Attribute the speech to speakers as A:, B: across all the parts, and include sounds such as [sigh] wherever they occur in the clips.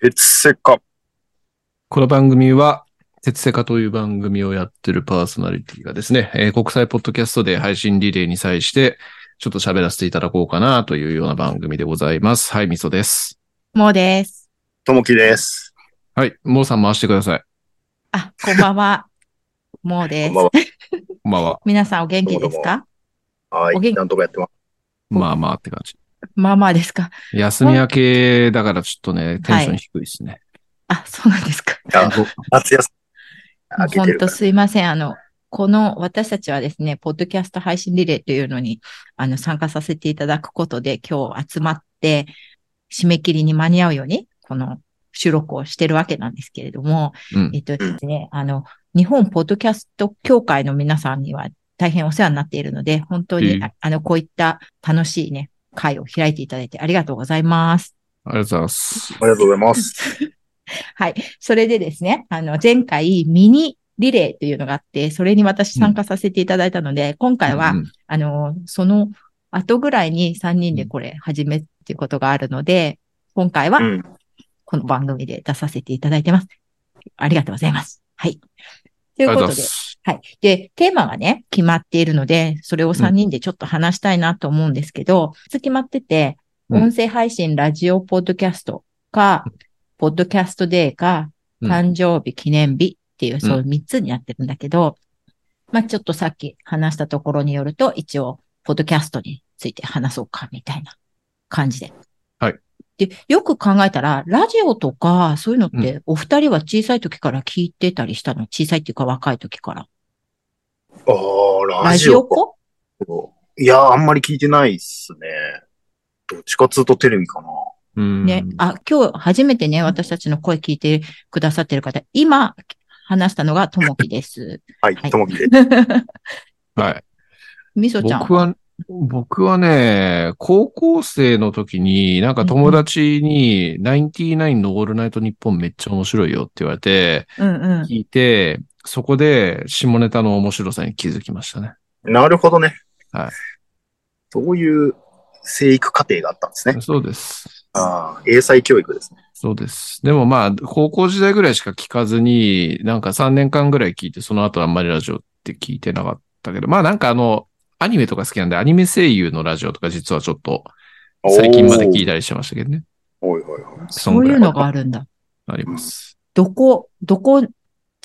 A: 鉄セカ。
B: この番組は、鉄セカという番組をやってるパーソナリティがですね、えー国際ポッドキャストで配信リレーに際して、ちょっと喋らせていただこうかなというような番組でございます。はい、みそです。
C: もうです。
A: ともきです。
B: はい、もうさん回してください。
C: あ、こんば
A: [laughs]
C: んは。もうで
A: こん
C: す
A: ばん。は。
B: こんばんは。
C: 皆さんお元気ですか
A: は
C: お
A: い。
C: 元気
A: なんとかやってます。
B: まあまあって感じ。
C: まあまあですか。
B: 休み明けだからちょっとね、テンション低いですね。
C: あ、そうなんですか。
A: あ
B: ご
A: 夏休み。
C: も
A: 明
C: う
A: け
C: ほ
A: て
C: ん
A: る
C: と
A: から。
C: すいません。あの、この私たちはですね、ポッドキャスト配信リレーというのにあの参加させていただくことで今日集まって締め切りに間に合うようにこの収録をしてるわけなんですけれども、
B: うん
C: えっとですね、あの、日本ポッドキャスト協会の皆さんには大変お世話になっているので、本当に、
B: うん
C: ああの、こういった楽しいね、会を開いていただいてありがとうございます。
B: ありがとうございます。
A: ありがとうございます。
C: はい。それでですね、あの、前回ミニリレーというのがあって、それに私参加させていただいたので、今回は、
B: うん
C: あの、その後ぐらいに3人でこれ始めっていうことがあるので、今回は
A: うん。
C: この番組で出させていただいてます。ありがとうございます。はい。と
B: あり
C: い
B: が
C: う
B: とう
C: こ
B: ござ
C: と
B: いま
C: で、
B: す。
C: はい。で、テーマがね、決まっているので、それを3人でちょっと話したいなと思うんですけど、普通決まってて、
B: うん
C: 音声配信、ラジオ、ポッドキャストか、ポッドキャストデーか、
B: うん
C: 誕生日、記念日っていう、そう3つになってるんだけど、まあちょっとさっき話したところによると、一応、ポッドキャストについて話そうか、みたいな感じで。
B: はい。
C: で、よく考えたら、ラジオとか、そういうのって、お二人は小さい時から聞いてたりしたの小さいっていうか若い時から。
A: ああ、ラ
C: ラ
A: ジ
C: ジ
A: オ
C: オ
A: か。
C: コ
A: いやー、あんまり聞いてないっすね。どっちかっつうとテレビかな。
B: うん
C: ね。あ、今日初めてね、私たちの声聞いてくださってる方、今話したのがともきです。
A: はい
C: は、い
A: ともきで。
B: はい。
C: [laughs] みそちゃん
B: 僕。は、僕はね、高校生の時に、なんか友達に、99のオールナイトニッポンめっちゃ面白いよって言われて、
C: うんうん。
B: 聞いて、そこで下ネタの面白さに気づきましたね。
A: なるほどね。
B: はい。
A: そういう生育過程があったんですね。
B: そうです。
A: ああ、英才教育ですね。
B: そうです。でもまあ、高校時代ぐらいしか聞かずに、なんか3年間ぐらい聞いて、その後あんまりラジオって聞いてなかったけど、まあなんかあの、アニメとか好きなんで、アニメ声優のラジオとか実はちょっと最近まで聞い
A: た。
B: たりしてましたけどね。
A: おいおいおい。
B: ん
C: そ
B: ぐ
C: う
B: ら
C: いうのがあるんだ。
B: あります。
C: どこ、どこチ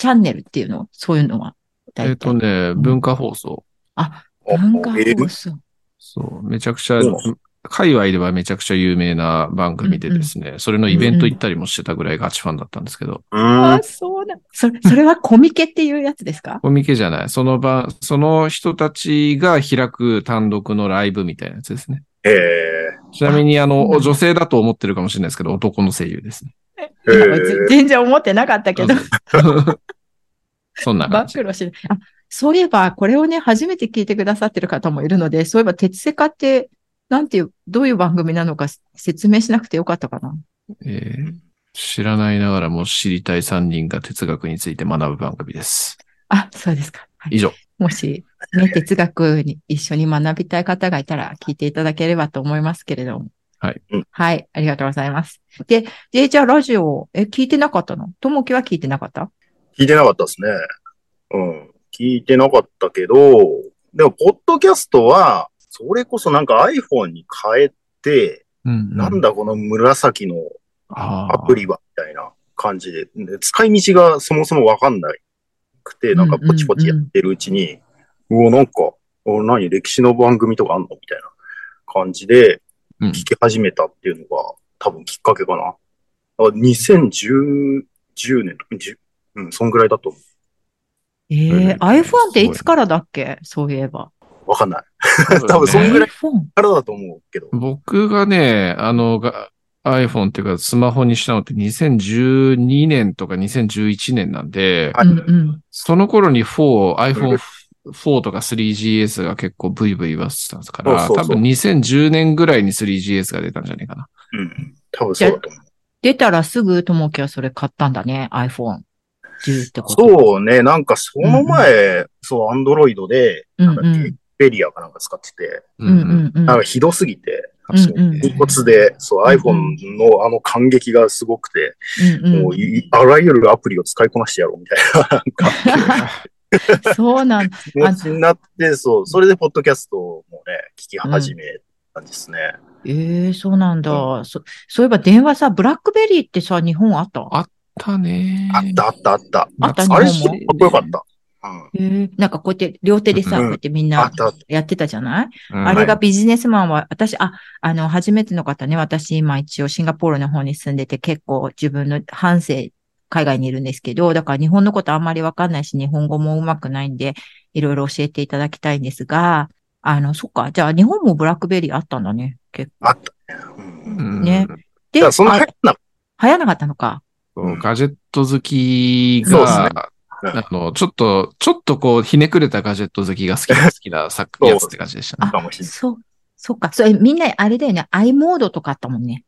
C: ャンネルっていうのそういうのは。大体
B: えっ、とね、
C: ん
B: 文化放送。
C: あ、
A: お
C: 文化
A: えー
C: 放送。
B: そう、めちゃくちゃ
A: うん、
B: 界隈ではめちゃくちゃ有名な番組でですね、それのイベント行ったりもしてたぐらいガチファンだったんですけど、
A: うーん
C: あ、。そうなんそれ、それはコミケっていうやつですか
B: コミケじゃない、その場、その人たちが開く単独のライブみたいなやつですね。
A: へえ。
B: ちなみに、あ
C: そうな
B: の、
C: んだ
B: 女性だと思ってるかもしれないですけど、男の声優ですね。
A: へ
C: いやぜ
A: え。
C: 全然思ってなかったけど。
B: [laughs] そんな
C: 暴
B: 感じ。
C: 露してる。あ、そういえば、これをね、初めて聞いてくださってる方もいるので、そういえば、鉄セカって、なんていう、どういう番組なのか説明しなくてよかったかな。
B: えー知らないながらも知りたい3人が哲学について学ぶ番組です。
C: あ、そうですか。はい
B: 以上。
C: もし、ね、哲学に一緒に学びたい方がいたら、聞いていただければと思いますけれども。
B: はい
A: うん。
C: はい、ありがとうございます。で、で、じゃあ、ラジオ、え、聞いてなかったのともきは聞いてなかった
A: 聞いてなかったですね。うん。聞いてなかったけど、でも、ポッドキャストは、それこそなんか iPhone に変えて、
B: うん
A: なん
B: だ
A: だこの紫のア
B: ア
A: プリは、みたいな感じで、で使い道がそもそもわかんなくて、なんかポチポチやってるうちに、うお、なんか、お何、歴史の番組とかあんのみたいな感じで、
B: うん
A: 聞き始めたっていうのが、多分きっかけかな。あ2010 10年とか、10うん、そんぐらいだと思
C: えー、
B: うん
C: iPhone っていつからだっけそういえば。
A: う。わかんない。
B: 多
A: 分そんぐらい
C: iPhone?
A: からだと思うけど。
B: 僕がね、あの、が iPhone っていうかスマホにしたのって2012年とか2011年なんで、
A: は
C: う
A: い
C: んうん。
B: その頃に4、
A: う
B: iPhone
A: ん
B: 4とか 3GS が結構ブイブイ言わせてたんですから、
A: そうそうそう
B: 多分2010年ぐらいに 3GS が出たんじゃないかな。
A: うん。多分そうだと思う。
C: 出たらすぐともきはそれ買ったんだね、iPhone10 ってこと。
A: そうね、なんかその前、そう、アンドロイドで、
C: うんう
A: なんだっけ
C: ん。
A: ベリアかなんか使ってて、
C: うんうんうん。
A: なんかひどすぎて、
B: 確かに
C: うん
B: ね
A: 露骨で、そう、iPhone のあの感激がすごくて、
C: うんうん
A: もういあらゆるアプリを使いこなしてやろうみたいな、なんか、
C: [laughs] そうなんだ。
A: 気持ちになって、そう、それでポッドキャストもね、聞き始めたんですね。
C: ええそうなんだ。そそういえば電話さ、ブラックベリーってさ、日本あった
B: あったね。
A: あったあったあった。
C: あった
A: あれ、
C: 日
A: す
C: 本
A: ごく
C: も
A: かっこよかった。うん。
C: ええなんかこうやって両手でさ、
A: うん
C: こうやってみん
A: あ
C: な
A: ったあった。
C: やってたじゃない
B: うん
C: あれがビジネスマンは、私、あ、あの、初めての方ね、私今一応シンガポールの方に住んでて結構自分の半生海外にいるんですけど、だから日本のことあんまりわかんないし、日本語もうまくないんで、いろいろ教えていただきたいんですが、あの、そっか、じゃあ日本もブラックベリーあったんだね、結構。
A: あったね。うん。
B: うん
C: ね
A: だ
C: で、
A: からその
C: あ
A: 変な、
C: 流行らなかったのか。
B: そうガジェット好き
A: そうですね
B: が、あの、ちょっと、ちょっとこう、ひねくれたガジェット好きが好きな、好きな作
A: そう
B: やつって感じでしたね。
A: かもしれない
C: そう、そうか。それみんなあれだよね、アイモードとかあったもんね。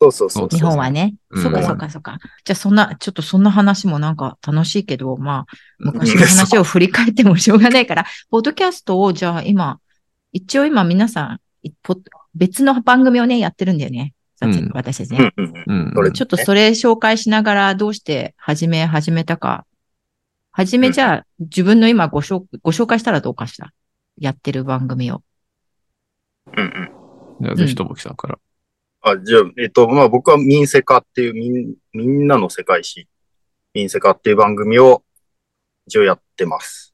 A: そうそうそうそう。
C: 日本はね。
B: うん
C: そっかそっかそっか。じゃあそんな、ちょっとそんな話もなんか楽しいけど、まあ、昔の話を振り返ってもしょうがないから、ポッドキャストをじゃあ今、一応今皆さん、いポッ別の番組をね、やってるんだよね。さっき
B: うん
C: 私たち
A: う
C: ね。
A: んうんうん。
B: うん。
A: それ
C: ちょっとそれ紹介しながらどうして始め始めたか。始
A: う
C: め
A: ん
C: じゃあ自分の今ご紹ご紹介したらどうかしら。やってる番組を。
A: うんうん。
B: じゃあぜひともきさんから。
A: あ、じゃあ、えっと、まあ僕は民世化っていう、みん、みんなの世界史、民世化っていう番組を一応やってます。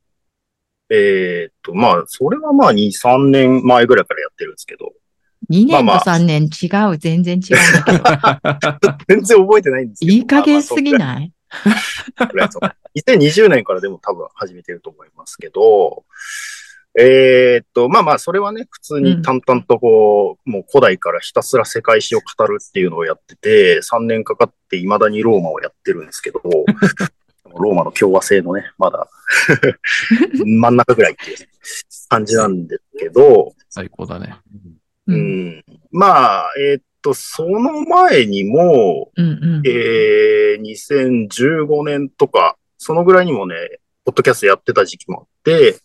A: えーっと、まあ、それはまあ2、3年前ぐらいからやってるんですけど、
C: 2年と
A: まあまあ
C: 3年違う、全然違うんだけど。
A: 全然覚えてないんですけど。
C: いい加減すぎ
A: い
C: ない
A: ぐらいそう2020年からでも多分始めてると思いますけど、えーっと、まあまあ、それはね、普通に淡々とこう、もう古代からひたすら世界史を語るっていうのをやってて、3年かかって未だにローマをやってるんですけど、ローマの共和制のね、まだ [laughs] 真ん中ぐらいっていう感じなんですけど、
B: 最高だね。
A: う
C: うん
A: ん、まあ、えーっと、その前にも、
C: うんうん。
A: えー、2015年とか、そのぐらいにもね、ポッドキャストやってた時期もあって、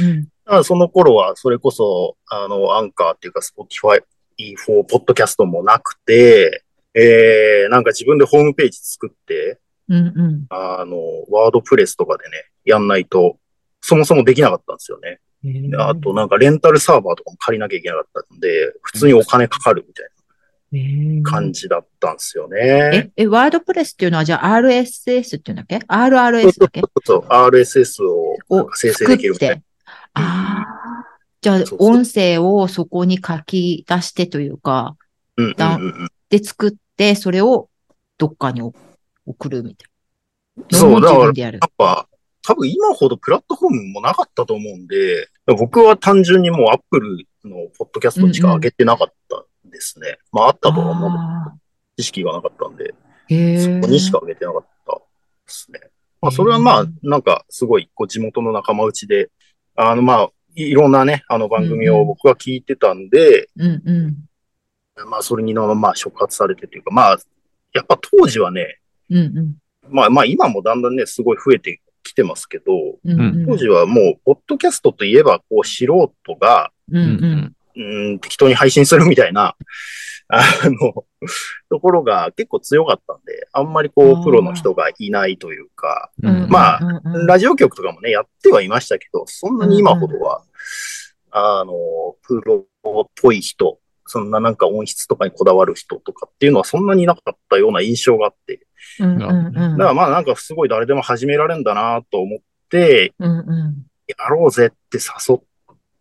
C: うんうん
A: あその頃はそれこそ、あの、アンカーっていうか、スポティファイ4ポッドキャストもなくて、えー、なんか自分でホームページ作って、
C: うんうん。
A: あの、ワードプレスとかでね、やんないと、そもそもできなかったんですよね。であとなんかレンタルサーバーとかも借りなきゃいけなかったんで、普通にお金かかるみたいな感じだったんですよね。
C: え、え、ワードプレスっていうのはじゃあ RSS っていうんだっけ ?RRS だっけ
A: ちょっと RSS をなんか生成
C: 作
A: できる
C: っ
A: みたいな
C: て。ああ。じゃあ
A: そうそう
C: 音声をそこに書き出してというか、
A: うんうん
C: ダウ
A: うんうん
C: で作って、それをどっかにお送るみたいな。
A: そう
C: 自
A: だか
C: 分
A: ら
C: でやる
A: や。っぱ、多分今ほどプラットフォームもなかったと思うんで、僕は単純にもう Apple のポッドキャストしか上げてなかったんですね。まああったとは思う。
C: あ
A: 知識がなかったんで、
C: ーへえ。
A: そこにしか上げてなかったですね。まあそれはまあ、なんかすごい、こう地元の仲間内で、あのまあ、いろんなね、あの番組を僕は聞いてたんで、
C: うんう
A: まあそれにのまあ触発されてというか、まあ、やっぱ当時はね、
C: ん。うんうん
A: まあまあ今もだんだんね、すごい増えてきてますけど、
C: うんうん。
A: 当時はもう、ポッドキャストといえば、こう、素人が、
C: うんうん。
A: うーん、適当に配信するみたいな、 [laughs] あの、ところが結構強かったんで、あんまりこ
C: あー
A: う、プロの人がいないというか、
B: うんうん
A: まあ
C: うんうんうん
A: ラジオ局とかもね、やってはいましたけど、そんなに今ほどは、あの、プロっぽい人、そんななんか音質とかにこだわる人とかっていうのはそんなになかったような印象があって、
C: うんうんうん
A: だからまあなんかすごい誰でも始められるんだなと思って、
C: うんうん
A: やろうぜって誘っ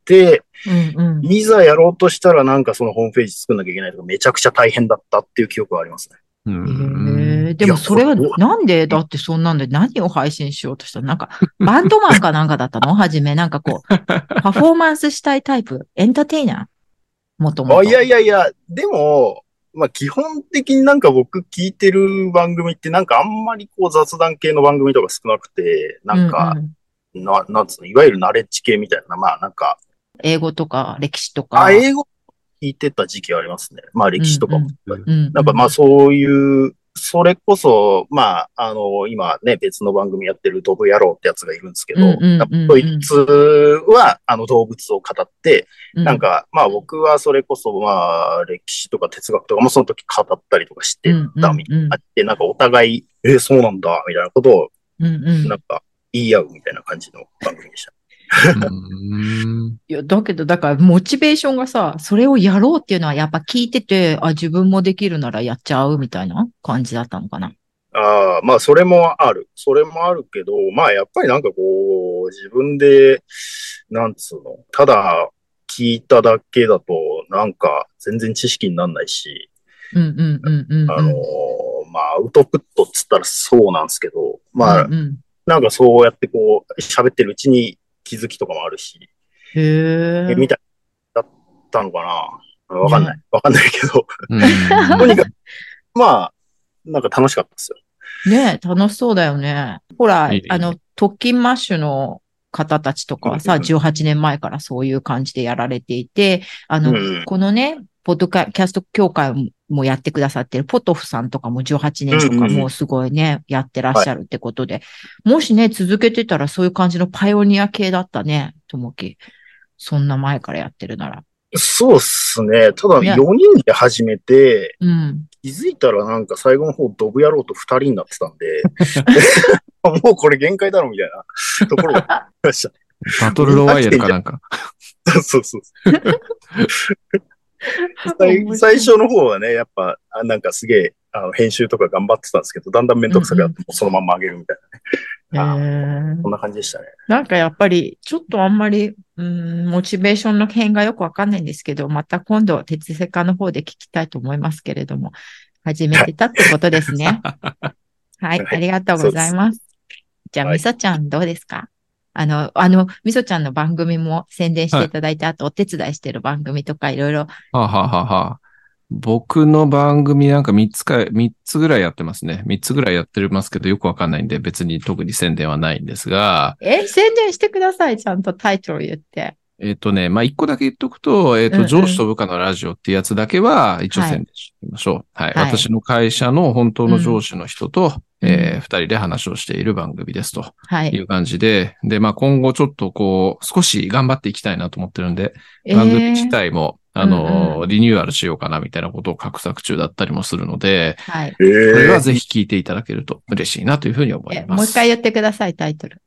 A: て、
C: うんうん。
A: いざやろうとしたらなんかそのホームページ作んなきゃいけないとかめちゃくちゃ大変だったっていう記憶がありますね。
B: う
C: へ
B: ん
C: えでもそれはい
A: やこれ
C: なんでだってそんなんで何を配信しようとしたのなんか、バンドマンかなんかだった
A: [laughs]
C: のはじめ、なんかこう、パフォーマンスしたいタイプ、エンターテイナーもともと。
A: あいやいやいや、でも、まあ基本的になんか僕聞いてる番組ってなんかあんまりこう雑談系の番組とか少なくて、なんか、
C: うう
A: ななんつうの、いわゆるナレッジ系みたいな、まあなんか、
C: 英語とか歴史とか。
A: あ、英語聞いてた時期ありますね。まあ歴史とかも。
C: うんうん、
A: なんかまあそういう、それこそ、まあ、あの、今ね、別の番組やってるドブ野郎ってやつがいるんですけど、
C: うんうんうんうん
A: そいつは、あの、動物を語って、なん
C: か、
A: か、まあ僕はそれこそ、まあ、歴史とか哲学とかもその時語ったりとかしてたみたい
C: うんうんうん
A: な。で、なんかお互い、えーそうなんだ、みたいなことを、
C: うんうん。
A: なんか、言い合うみたいな感じの番組でした。
B: うん
C: [laughs] いや、だけど、だから、モチベーションがさ、それをやろうっていうのは、やっぱ聞いてて、あ、自分もできるならやっちゃうみたいな感じだったのかな。
A: ああ、まあ、それもある。それもあるけど、まあ、やっぱりなんかこう、自分で、なんつうの、ただ聞いただけだと、なんか全然知識にならないし、
C: うんうんうんうんうん。
A: あのーまあ、アウトプットっつったらそうなんですけど、まあ
C: うん、うん
A: なんかそうやってこう、喋ってるうちに気づきとかもあるし、
C: へえ。
A: みたいだったのかな。わかんない。わかんないけど、 [laughs]
B: うん
A: とにかく、まあ、なんか楽しかったですよ。
C: ねえ楽しそうだよね。ほら、
B: いいね
C: あの、特勤マッシュの方たちとかはさ、
A: うんうん
C: 18年前からそういう感じでやられていて、あの、
A: うん
C: このね、ポッドキャスト協会もやってくださってるポトフさんとかも18年と
A: うん
C: か
A: うんうん
C: もうすごいね、やってらっしゃるってことで、もしね、続けてたらそういう感じのパイオニア系だったね、ともき。そんな前からやってるなら。
A: そうっすね。ただ
C: ね
A: 4人で始めて、
C: うん。
A: 気づいたらなんか最後の方ドブ野郎と2人になってたんで、 [laughs] もうこれ限界だろみたいなところがありまし
B: バトルロワイヤルかなんか。
A: た。そうそうそう最。最初の方はね、やっぱ、あなんかすげえ、あの、編集とか頑張ってたんですけど、だんだん面倒くさくなって、もうそのまま上げるみたい
C: へ
A: な、
C: え
A: そんな感じでしたね。
C: なんかやっぱり、ちょっとあんまり、うーん、モチベーションの変がよくわかんないんですけど、また今度、鉄セカの方で聞きたいと思いますけれども、始めてたってことですね。はい、ありがとうございます。じゃあ、
A: はい
C: みそちゃんどうですかあの、あの、みそちゃんの番組も宣伝していただいて、あとお手伝いしてる番組とかいろいろ。
B: はあはあはあはあ僕の番組なんか3つか、三つぐらいやってますね。3つぐらいやってますけどよくわかんないんで別に特に宣伝はないんですが、
C: え、宣伝してください、ちゃんとタイトル言って。
B: えっ、とね、まあ、1個だけ言っとくと、えっ、
C: うんう
B: と、
C: ん
B: 上司と部下のラジオってやつだけは一応宣伝してみましょう。はい。
C: はい
B: 私の会社の本当の上司の人と、
C: うん
B: え2人で話をしている番組ですと。
C: はいい。
B: う感じで、で、まあ、今後ちょっとこう、少し頑張っていきたいなと思ってるんで、番組自体も、あの、
C: うんう
B: リニューアルしようかなみたいなことを画策中だったりもするので、
C: えーはい。
A: ええ
B: これはぜひ聞いていただけると嬉しいなというふうに思い
C: え
B: ます。
C: もう一回言ってください、タイトル。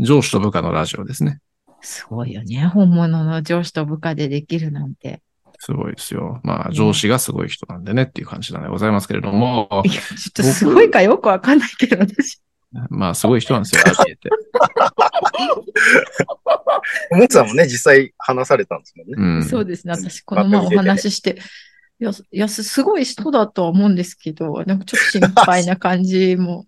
B: 上司と部下のラジオですね。
C: すごいよね。本物の上司と部下でできるなんて。
B: すごいですよ。まあ、
C: うん
B: 上司がすごい人なんでねっていう感じなんでございますけれども、
C: いや、ちょっとすごいかよくわかんないけど、私。
B: まあ、すごい人なんですよ、あえて。
A: もつさんもね、実際話されたんですもんね。
B: うん。
C: そうですね。私、この前お話しして、いや、いやすすごい人だとは思うんですけど、なんかちょっと心配な感じも。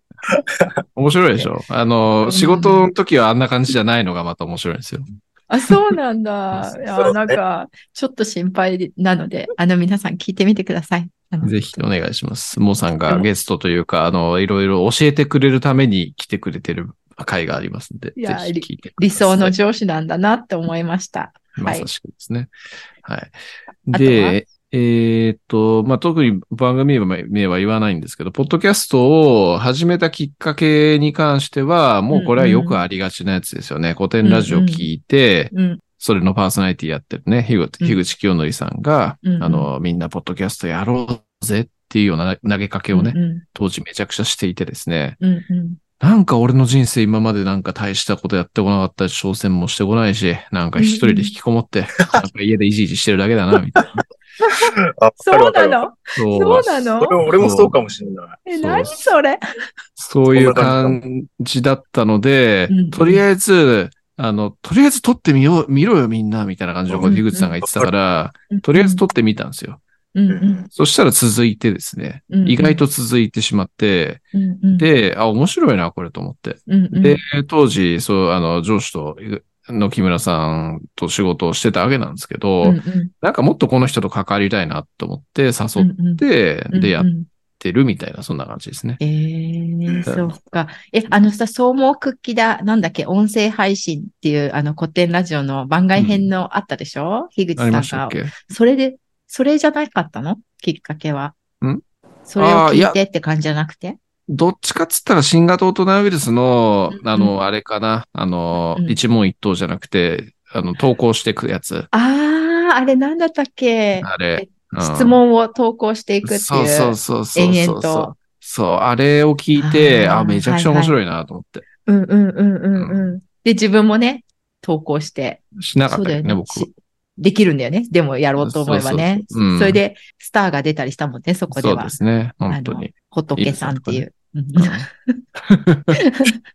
B: 面白いでしょ。あ
C: う
B: の、
C: ん
B: 仕事の時はあんな感じじゃないのがまた面白いんですよ。 [laughs]
C: あ、そうなんだ。いや、なんか、ちょっと心配なので、あの、皆さん聞いてみてください。あの
B: ぜひお願いします。モーさんがゲストというか、あの、いろいろ教えてくれるために来てくれてる会がありますんで、
C: い
B: ぜ
C: や
B: ひ聞いてください。
C: 理想の上司なんだなって思いました。
B: まさしくですね。はい。
C: は
B: で、えーっと、まあ、特に番組名は言わないんですけど、ポッドキャストを始めたきっかけに関しては、もうこれはよくありがちなやつですよね。古典ラジオ聞いて、
C: うん。
B: それのパーソナリティやってるね、樋口
C: うん
B: 樋口清則さんが、
C: うんうん
B: あの、みんなポッドキャストやろうぜっていうような投げかけをね、
C: うん
B: 当時めちゃくちゃしていてですね、
C: うん。うん
B: なんか俺の人生今までなんか大したことやってこなかったし、挑戦もしてこないし、なんか一人で引きこもって、なんか家でいじいじしてるだけだな、みたい
C: [laughs]
B: な。
A: あ、わかる
C: そう
A: わかるわか
C: な
A: る
C: のそうなの
A: それ俺もそうかもしれない。
B: そ
C: え、
B: う
C: 何それ
B: そういう感じだったので
C: うん、
B: とりあえず、あの、とりあえず撮ってみよう、見ろよみんな、みたいな感じのこと
C: うん
B: 樋口さんが言ってたから、とりあえず撮ってみたんですよ。
C: うん
A: う
C: うん
A: ん
B: そしたら続いてですね、
C: うん
B: 意外と続いてしまって、
C: うんうん、
B: で、あ、面白いな、これと思って。
C: うんうん、
B: で、当時、そう、あの、上司と、の木村さんと仕事をしてたわけなんですけど、
C: うんうん
B: なんかもっとこの人と関わりたいなと思って誘っ
C: うん
B: て、
C: うん
B: で、やっ
C: うんうん
B: てるみたいな、そんな感じですね。
C: え
A: う
C: ー、
A: ん
C: そうか。え、あのさ、総網クッキだ、なんだっけ、音声配信っていう、あの、古典ラジオの番外編のあったでしょ、樋
B: ありま
C: 口
B: し
C: さん
B: たっ
C: が。
B: け
C: それで、それじゃなかったのきっかけは。それを
B: あーい
C: 聞
B: や
C: いてって感じじゃなくて
B: どっちかっつったら新型オトナウイルスの
C: う、ん
B: あの、あれかな、あの
C: う、ん
B: 一問一答じゃなくて、あの、投稿していくやつ。
C: ああ、あれなんだったっけ
B: あれ。うん
C: 質問を投稿していくっていう。
B: そうそうそうそう。
C: 延
B: そ
C: 々と
B: う。そう、あれを聞いて、
C: あー
B: あ、めちゃくちゃ面白いなと思って。
C: うんうんうんうんうん。で、自分もね、投稿して。
B: しなか
C: そ
B: った
C: う
B: よ
C: だよ
B: ね、
C: ね。
B: 僕。
C: しできるんだよね。でもやろうと思えばね。
B: そうそうそううん
C: それで、スターが出たりしたもんね、そこで
B: そう
C: は
B: で。すね、本当
C: あの
B: に。
C: 仏さんっていう。うん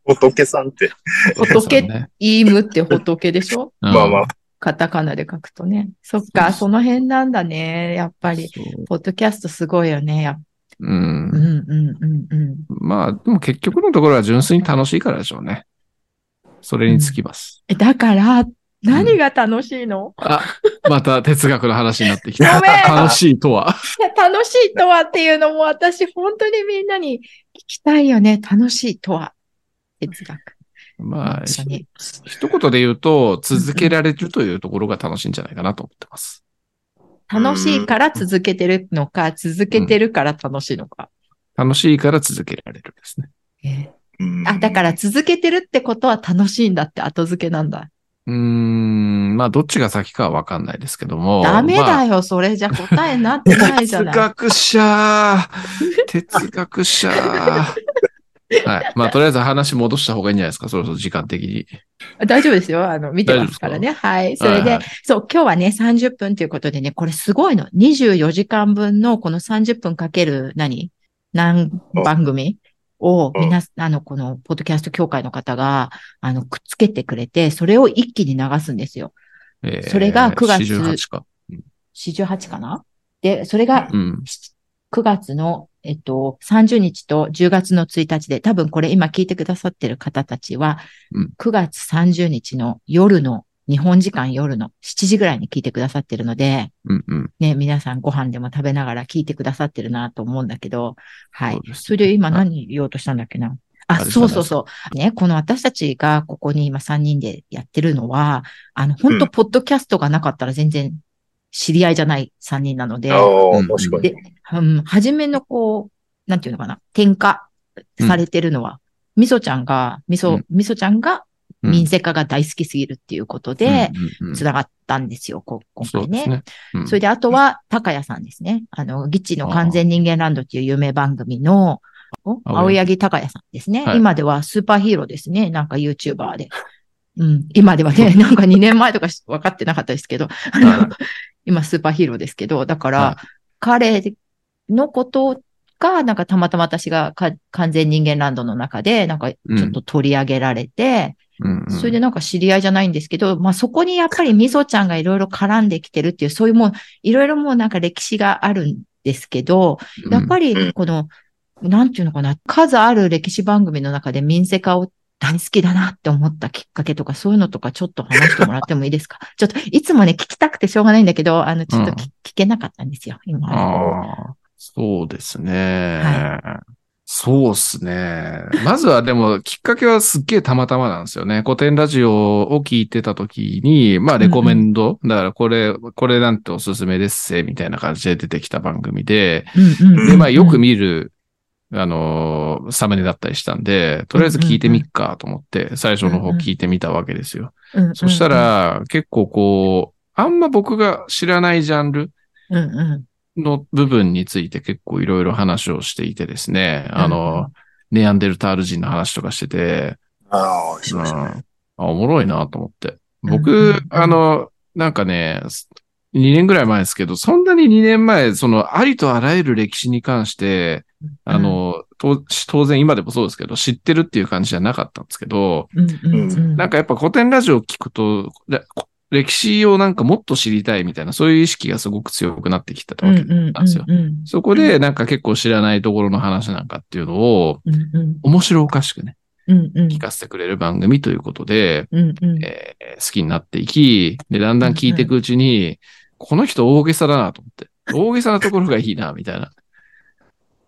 A: 仏さんって、
C: 仏
B: そうね
C: イームって仏でしょ
B: うん
A: まあまあ、
C: カタカナで書くとね。そっか、その辺なんだね。やっぱり、
B: そう
C: ポッドキャストすごいよね。やっ
B: うん
C: うんうんうんうん。
B: まあ、でも結局のところは純粋に楽しいからでしょうね。それにつきます。
C: えだから、何が楽しいの、
B: あ、また哲学の話になってきた。
C: ごめん
B: [laughs] 楽しいとは。
C: いや楽しいとはっていうのも私、本当にみんなに聞きたいよね。楽しいとは。哲学。
B: まあ、
C: 一緒
B: ひ
C: に
B: 一言で言うと、続けられるというところが楽しいんじゃないかなと思ってます。
C: 楽しいから続けてるのか、続けてるから楽しいのか。
B: 楽しいから続けられるですね。
C: え
A: うん
C: ーあ、だから続けてるってことは楽しいんだって後付けなんだ。
B: うーん、まあ、どっちが先かはわかんないですけども。
C: ダメ
B: まあ
C: だよ、それじゃ答えになってないじゃ
B: 哲 [laughs]
C: ない。
B: 学者哲学
C: [laughs]
B: 者はい。まあ、とりあえず話戻した方がいいんじゃないですか。そろそろ時間的に。
C: 大丈夫ですよ。あの、見てますからね。はい。そ
B: は
C: れで、
B: いはい
C: そう、今日はね、30分ということでね、これすごいの。24時間分のこの30分かける何何番組を、
A: うん
C: みな、あの、この、ポッドキャスト協会の方が、あの、くっつけてくれて、それを一気に流すんですよ。
B: えー
C: それが9月
B: 48か。
C: 48かなで、それが
B: うん。
C: 9月の、えっと、30日と10月の1日で、多分これ今聞いてくださってる方たちは
B: うん、
C: 9月30日の夜の、日本時間夜の7時ぐらいに聞いてくださってるので、
B: うんうん。
C: ね、皆さんご飯でも食べながら聞いてくださってるなと思うんだけど、はい。
B: そうですね
C: それで今何言おうとしたんだっけな。あ、
B: あれ
C: そうそうそう。ね、この私たちがここに今3人でやってるのは、あの、本
A: う
C: 当
A: ん
C: ポッドキャストがなかったら全然知り合いじゃない3人なので、
A: あ
B: う
A: あ、
B: ん
A: 確かに。
C: で、うん、初めのこう、なんていうのかな、転化されてるのは、みそちゃんが、み
B: う
C: そ
B: ん、
C: みそちゃんが、
B: うん
C: 民生化が大好きすぎるっていうことで、
B: うんうんうん
C: つながったんですよ、こ今
B: そう
C: 回
B: です
C: ね。
B: ね。うん
C: それで、あとは、高谷さんですね。あの、ギッチの完全人間ランドっていう有名番組の、お青
B: 青
C: 柳高谷さんですね、
B: はい
C: 今ではスーパーヒーローですね。なんか YouTuber で。うん、今ではね、なんか2年前とかし分かってなかったですけど、あの
B: はい
C: [laughs] 今スーパーヒーローですけど、だから、
B: は
C: 彼のことが、なんかたまたま私がか完全人間ランドの中で、なんかちょっと取り上げられて、
B: うんうん
C: それでなんか知り合いじゃないんですけど、まあそこにやっぱりみそちゃんがいろいろ絡んできてるっていう、そういうもう、いろいろもうなんか歴史があるんですけど、やっぱりこの、なんていうのかな、数ある歴史番組の中で民生化を大好きだなって思ったきっかけとか、そういうのとかちょっと話してもらってもいいですかちょっといつもね、聞きたくてしょうがないんだけど、あの、ちょっと
B: うん
C: き、聞けなかったんですよ、今
B: うん。ああ、そうですね。そうですね。まずはでも、きっかけはすっげえたまたまなんですよね。古典ラジオを聞いてた時に、まあ、レコメンド。だから、これ、これなんておすすめですせ、みたいな感じで出てきた番組で、
C: うんうん
B: で、まあ、よく見る、あのーサムネだったりしたんで、とりあえず聞いてみっかと思って、最初の方聞いてみたわけですよ。
C: うんうんうん
B: そした、ら、結構こう、あんま僕が知らないジャンル
C: うんうん。
B: の部分について結構いろいろ話をしていてですね、あ
C: うんう
B: の、ネアンデルタール人の話とかしてて、
A: ああ、し
B: うん、
A: ましたね。
B: あ、おもろいなと思って。僕、
C: うんうんうん
B: あの、なんかね、2年ぐらい前ですけど、そんなに2年前、その、ありとあらゆる歴史に関して、あの、と当然今でもそうですけど、知ってるっていう感じじゃなかったんですけど、
C: うんうんうん、
B: なんかやっぱ古典ラジオを聞くと、れこ歴史をなんかもっと知りたいみたいな、そういう意識がすごく強くなってきてたわけなんですよ。
C: うんうん
B: そこでなんか結構知らないところの話なんかっていうのを、
C: うんうん
B: 面白おかしくね、
C: うんうん
B: 聞かせてくれる番組ということで、
C: うんうん
B: えー好きになっていき、で、だんだん聞いていくうちに、この人大げさだなと思って、大げさなところがいいな、みたいな。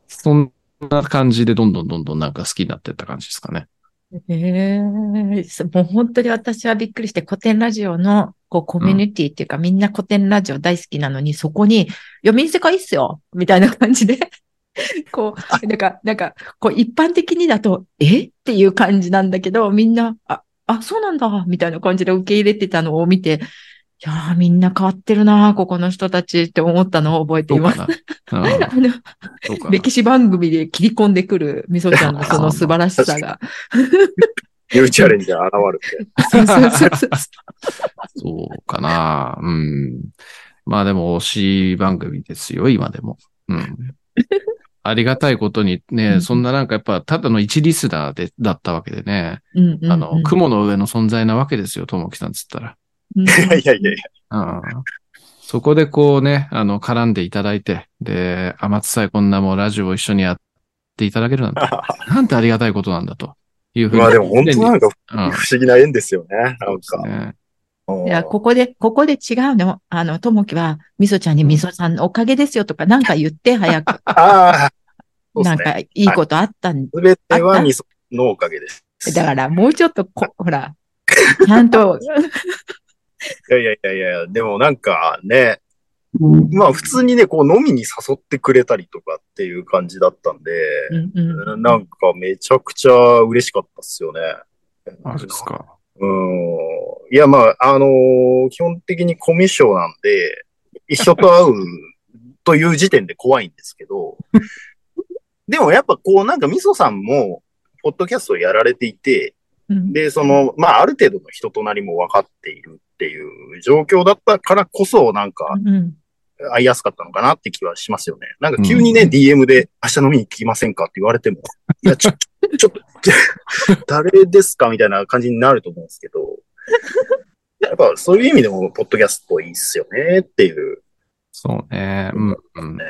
B: そんな感じでどんどんどんどんなんか好きになってった感じですかね。
C: ええもう本当に私はびっくりして、古典ラジオのこうコミュニティっていうか、みんな古典ラジオ大好きなのに、そこに、いや、民生化いいっすよみたいな感じで [laughs] こう、なんか、なんか、こう一般的にだと、えっていう感じなんだけど、みんな、あ、あ、そうなんだ、みたいな感じで受け入れてたのを見て、いやーみんな変わってるなーここの人たちって思ったのを覚えて
B: ど
C: いうま
B: か
C: す。
B: な。
C: [laughs] あの
B: どう
C: [laughs]
B: かな。
C: 歴史番組で切り込んでくるみそちゃんのその素晴らしさが。
A: ニューチャレンジャー現れて。
C: そうそうそうそう。
B: そうかな。うん。まあでも、推し番組ですよ、今でも。
A: [laughs]
B: うん。ありがたいことに
C: う
B: ね、
C: ん
B: そんななんかやっぱ、ただの一リスナーで、だったわけでね。
C: うんうんうん
B: あの、雲の上の存在なわけですよ、ともきさんつったら。
C: [laughs] うん
A: いやいやいやいや、
B: うん。そこでこうね、あの、絡んでいただいて、で、あ、松さえこんなもうラジオを一緒にやっていただけ
A: [laughs]
B: るなんて、なんてありがたいことなんだと。いうふうに。
A: まあでも本当なんか
B: うん、
A: 不思議な縁ですよね。なん
B: そう
A: か。
B: ですね
A: うん
C: いや、ここで、ここで違うの。あの、ともきは、みそちゃんにみそさんのおかげですよとか、なんか言って、 [laughs] 早く。
A: ああ、そう
C: なん
A: ですね。
C: か、いいことあったん
A: すべては味噌のおかげです。
C: だから、もうちょっとこ、ほ [laughs] ら、ちゃんと、
A: いやいやいやいや、でもなんかね、まあ普通にね、こう飲みに誘ってくれたりとかっていう感じだったんで、
C: うんうん
A: なんかめちゃくちゃ嬉しかったっすよね。
B: あれですか。
A: うん。いやまあ、あのー基本的にコミュ障なんで、一緒と会うという時点で怖いんですけど、 [laughs] でもやっぱこうなんかみそさんも、ポッドキャストをやられていて、
C: うん
A: で、その、まあ、ある程度の人となりも分かっているっていう状況だったからこそ、なんか、
C: うん
A: 会いやすかったのかなって気はしますよね。なんか急にね、DM で、明日飲みに来ませんかって言われ [laughs] ても、いや、ちょ、ちょっと、誰ですかみたいな感じになると思うんですけど、やっぱそういう意味でも、ポッドキャストいいっすよねっていう。
B: そうね。うん、うん
A: ね。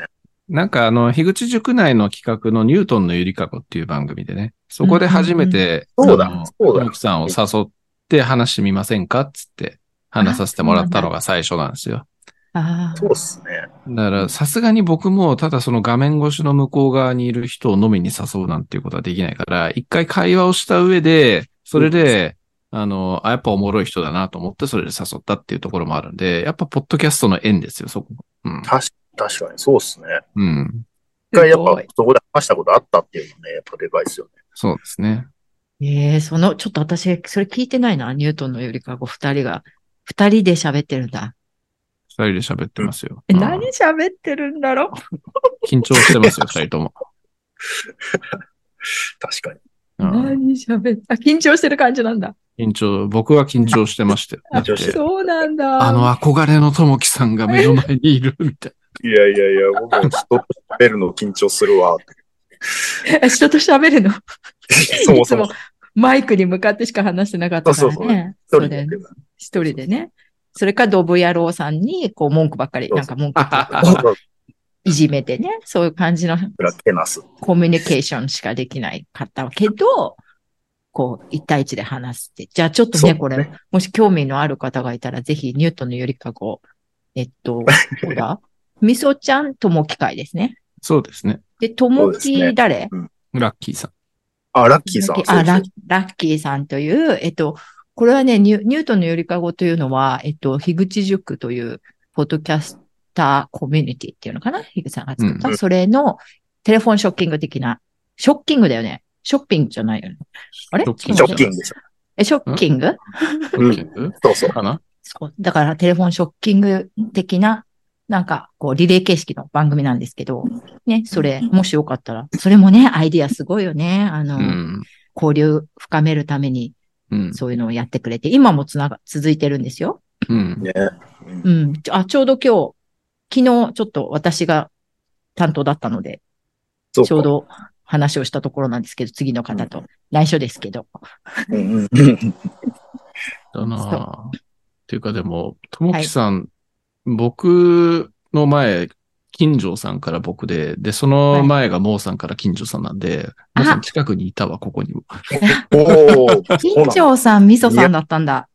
B: なんかあの、樋口塾内の企画のニュートンのゆりかごっていう番組でね、そこで初めて、
A: うんうんうん
B: あ
A: そうだ
B: の
A: そうだ
B: ともきさんを誘って話してみませんかっつって話させてもらったのが最初なんですよ。
C: ああ。
A: そうっすね。
B: だから、さすがに僕も、ただその画面越しの向こう側にいる人を飲みに誘うなんていうことはできないから、一回会話をした上で、それで、あの、あ、やっぱおもろい人だなと思って、それで誘ったっていうところもあるんで、やっぱ、ポッドキャストの縁ですよ、そこも。うん。
A: 確確かに、そうっすね。
B: うん。
A: 一回やっ
C: す
A: ぱ
C: ごい、
A: そこで話したことあったっていうのね、やっぱでかいっすよね。
B: そうですね。
C: ええその、ちょっと私、それ聞いてないな、ニュートンのよりかご二人が。二人で喋ってるんだ。
B: 二人で喋ってますよ。
C: え
B: うん
C: 何喋ってるんだろう
B: 緊張してますよ、二人とも。
A: 確かに。
B: うん
C: 何喋って、あ、緊張してる感じなんだ。
B: 緊張、僕は緊張してましたよ。
A: 緊
B: だって
A: 張してる
C: そうなんだ。
B: あの憧れのともきさんが目の前にいるみたい
A: いやいやいや、僕も人と喋るの緊張するわ。 [laughs]
C: え人と喋るの。
A: そもそも
C: いつもマイクに向かってしか話してなかったからね。
A: そうそうそう一人
C: そうだよ
A: で
C: ね。一人でね。それか、ドブ野郎さんに、こう、文句ばっかり、
A: そう
C: なん
A: そ
C: か文句とか
A: そう [laughs] そう
C: いじめてね、そういう感じの
A: ブラッケナス。
C: コミュニケーションしかできないかったけど、こう、一対一で話すって。じゃあ、ちょっと
A: そう
C: ね、
A: ね
C: これ、もし興味のある方がいたら、ぜひ、ニュートンのよりかご、えっと、そうだ、みそちゃんとも機会ですね。
B: な。そうですね。
C: で、とも
A: そうです
C: き
A: ね
C: 誰
B: ラッキーさん。
A: あ、ラッキーさん。
C: あラ
A: そう、
C: ラッキーさんという、えっと、これはね、ニュニュートンのよりかごというのは、えっと、樋口塾という、ポッドキャスターコミュニティっていうのかな樋口さんが作った、
A: うん
C: それの、テレフォンショッキング的な、ショッキングだよね。ショッピングじゃないよね。あれ
B: ショッキ
A: そうショッキングでしょ。
C: え、ショッキング
A: うん
B: ショッキング
A: そうそう。
B: かな
C: そう。だから、テレフォンショッキング的な、なんか、こう、リレー形式の番組なんですけど、ね、それ、もしよかったら、それもね、アイディアすごいよね。あの、
B: うん。
C: 交流深めるために、
B: うん。
C: そういうのをやってくれて、今もつなが、続いてるんですよ。
B: うん。
A: ね。うん
C: うん。ちょあ、ちょうど今日、昨日ちょっと私が担当だったので、
A: そうか
C: ちょう。ど話をしたところなんですけど、次の方と、内緒ですけど。
A: うんうん
B: だなぁ。っていうかでも、ともきさん、僕の前、金城さんから僕で、で、その前がモーさんから金城さんなんで、モーさん近くにいたわ、ここにも。
A: おーそう
C: 金
A: なの
C: 城さん、みそさんだったんだ。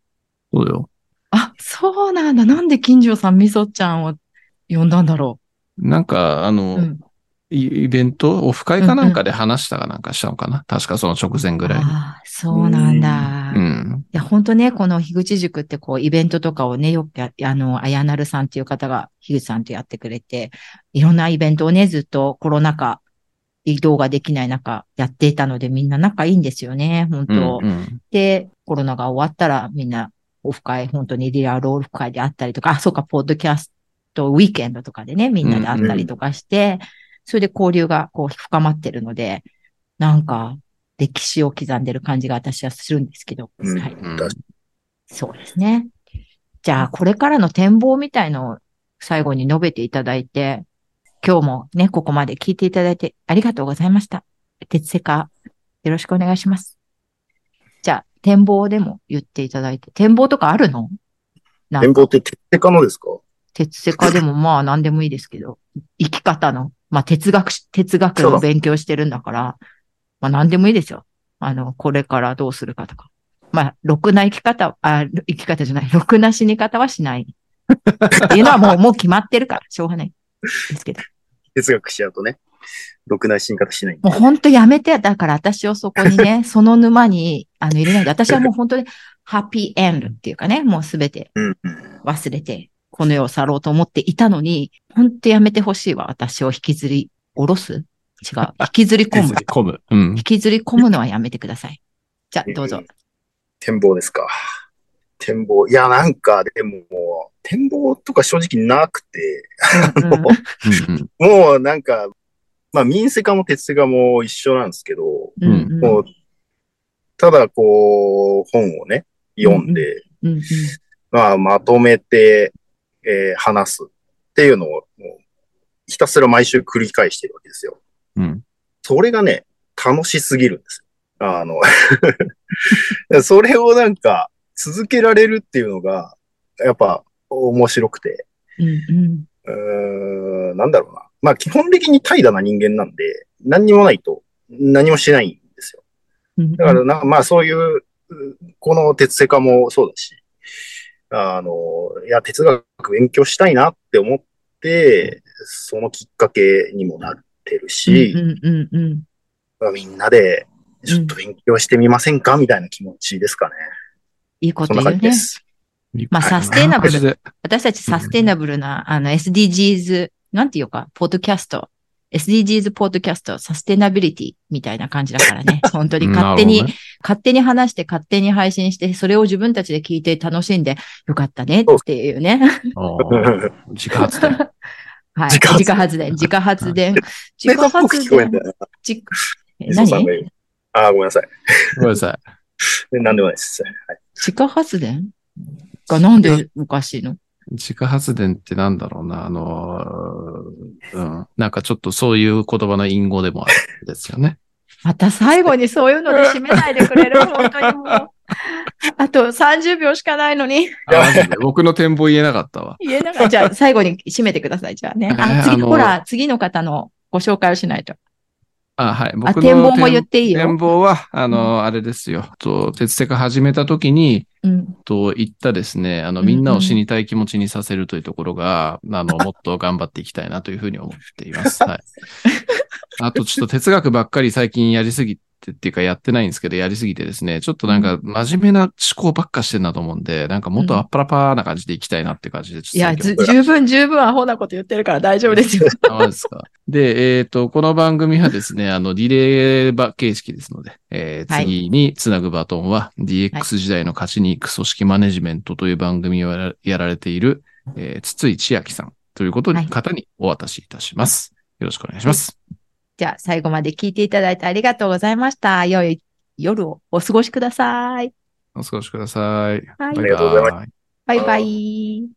B: そうよ。
C: あ、そうなんだ。なんで金城さん、みそちゃんを呼んだんだろ
B: なんか、あ
C: う。
B: の、
C: うん。
B: イイベントオフ会かなんかで話したかなんかしたのかな、確かその直前ぐらいに。
C: ああ、そうなんだ。
B: う
C: い
B: ん。
C: や、本当ね、この樋口塾ってこう、イベントとかをね、よくや、あの、あやなるさんっていう方が、樋口さんとやってくれて、いろんなイベントをね、ずっとコロナ禍移動ができない中、やっていたので、みんな仲いいんですよね、本当、
B: うんうん
C: で、コロナが終わったらみんなオフ会、本当にリアルオフ会であったりとか、あ、そうか、ポッドキャストウィーケンドとかでね、みんなであったりとかして、それで交流がこう深まってるので、なんか歴史を刻んでる感じが私はするんですけど、
A: うん
C: はい。
B: うん
A: だし
C: そうですね。じゃあ、これからの展望みたいのを最後に述べていただいて、今日もね、ここまで聞いていただいてありがとうございました。鉄セカ、よろしくお願いします。じゃあ、展望でも言っていただいて、展望とかあるのなんか
A: 展望って徹底可能ですか
C: 鉄セカでもまあ何でもいいですけど、生き方の、まあ哲学し、哲学の勉強してるんだから、まあ何でもいいですよ。あの、これからどうするかとか。まあ、ろくな生き方、あ、生き方じゃない、ろくな死に方はしない。っていうのはもう、もう決まってるから、しょうがない。ですけど。
A: 哲学しちゃうとね、ろくな死に方しないんで
C: もう本当やめて、だから私をそこにね、その沼に、あの、入れないで、私はもう本当に、ハッピーエンドっていうかね、もうすべて
A: うんうん。
C: 忘れて、この世を去ろうと思っていたのに、ほんとやめてほしいわ。私を引きずり、下ろす違う。引きずり込む。
B: 込む。うん
C: 引。きずり込むのはやめてください。じゃあ、ど
A: [laughs]
C: うぞ。
A: 展望ですか。展望。いや、なんか、でも、展望とか正直なくて、
C: うんう
B: う
C: ん
B: ん
A: もうなんか、まあ、民生化も鉄化も一緒なんですけど、
C: うんうん
A: もう、ただこう、本をね、読んで、
C: うんうん
A: まあ、まとめて、えー話すっていうのを、もうひたすら毎週繰り返してるわけですよ。
B: うん。
A: それがね、楽しすぎるんですよ。あの、 [laughs] それをなんか、続けられるっていうのが、やっぱ、面白くて、
C: うんうん
A: うーん、なんだろうな。まあ、基本的に怠惰な人間なんで、何にもないと、何もしないんですよ。
C: うん
A: だからな、まあそういう、うこの鉄セカもそうだし、あの、いや、哲学勉強したいなって思って、そのきっかけにもなってるし、
C: うんうんうんうん
A: まあみんなで、ちょっと勉強してみませんかみたいな気持ちですかね。
C: いいこ
A: そ
C: と
A: んな
C: 言
A: 感
C: う
A: じで
C: ね。
A: す。
C: まあサステイナブル
B: こん [laughs] な感
C: 私たちサステイナブルな、あの SDGs、なんていうか、ポッドキャスト。SDGs ポッドキャスト、サステナビリティみたいな感じだからね。本当
B: じで
C: に勝手に、
B: なるほどね
C: 勝手に話して、勝手に配信して、それを自分たちで聞いて楽しんで、よかったねっていうね。 [laughs]
B: あ
A: [laughs]
B: ー自家発電。
C: はい。
A: 自家発電
C: 自家発電。
A: メ
C: 自家発電。
A: タ
C: 自家
A: っぽく
C: 発
A: 聞こえん
C: 電
A: だ。よな。
C: 自え
A: 磯さん
C: 何
A: が言うああ、ごめんなさい。
B: ごめんなさい。
A: なんでもないです。
C: 自家発電がなんでおかしいの
B: 自家発電ってなんだろうな、あのー、うん。なんかちょっとそういう言葉の隠語でもあるんですよね。
C: また最後にそういうので締めないでくれる本当にもう。あと30秒しかないのに
B: あマジで僕の展望言えなかったわ。
C: 言えな
A: [laughs]
C: かった。じゃあ最後に締めてください。じゃあね。
B: えー
C: あ、
B: あ
C: 次、
B: の
C: ほら、次の方のご紹介をしないと。
B: あ、はい。
C: あ、
B: 僕の
C: 展望も言っていい
B: 展
C: よ。
B: 望は、あのー、あれですよ。と、鉄セカ始めた時に、
C: うん。
B: と言ったですね、あの、
C: うんうん
B: みんなを死にたい気持ちにさせるというところ
C: [laughs]
B: が、あの、もっと頑張っていきたいなというふうに思っています。はい。あと、ちょっと哲学ばっかり最近やりすぎてっていうかやってないんですけど、やりすぎてですね、ちょっとなんか真面目な思考ばっかしてんなと思うんで、なんかもっとあっぱらぱーな感じでいきたいなって感じで、
C: い
B: ちょっと
C: や、
B: 最近
C: ず十分、十分アホなこと言ってるから大丈夫ですよ。
B: あそうですか。で、えっ、と、この番組はですね、あの、リレーば形式ですので、えー
C: はい
B: 次につなぐバトンは、DX 時代の勝ちに行く組織マネジメントという番組をやらやられている、えー、筒井千秋さんということに、
C: はい
B: 方にお渡しいたします。よろしくお願いします。
C: [laughs] じゃあ、最後まで聞いていただいてありがとうございました。良い夜をお過ごしください。
B: お過ごしください。
C: はい
A: ありがとうございま
B: バイ
C: バイバイ。